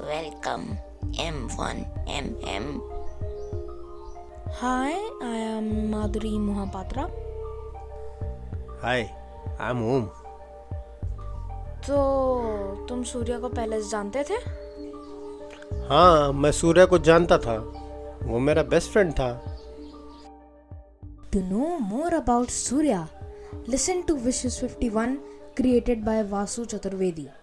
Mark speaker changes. Speaker 1: Welcome, M1MM.
Speaker 2: Hi, I am Madhuri Mohapatra.
Speaker 3: Hi I am Om
Speaker 2: तो तुम सूर्या को पहले से जानते थे
Speaker 3: हाँ मैं सूर्या को जानता था वो मेरा बेस्ट फ्रेंड था
Speaker 2: To know more about Surya, listen to Wishes 51 created by Vasu Chaturvedi.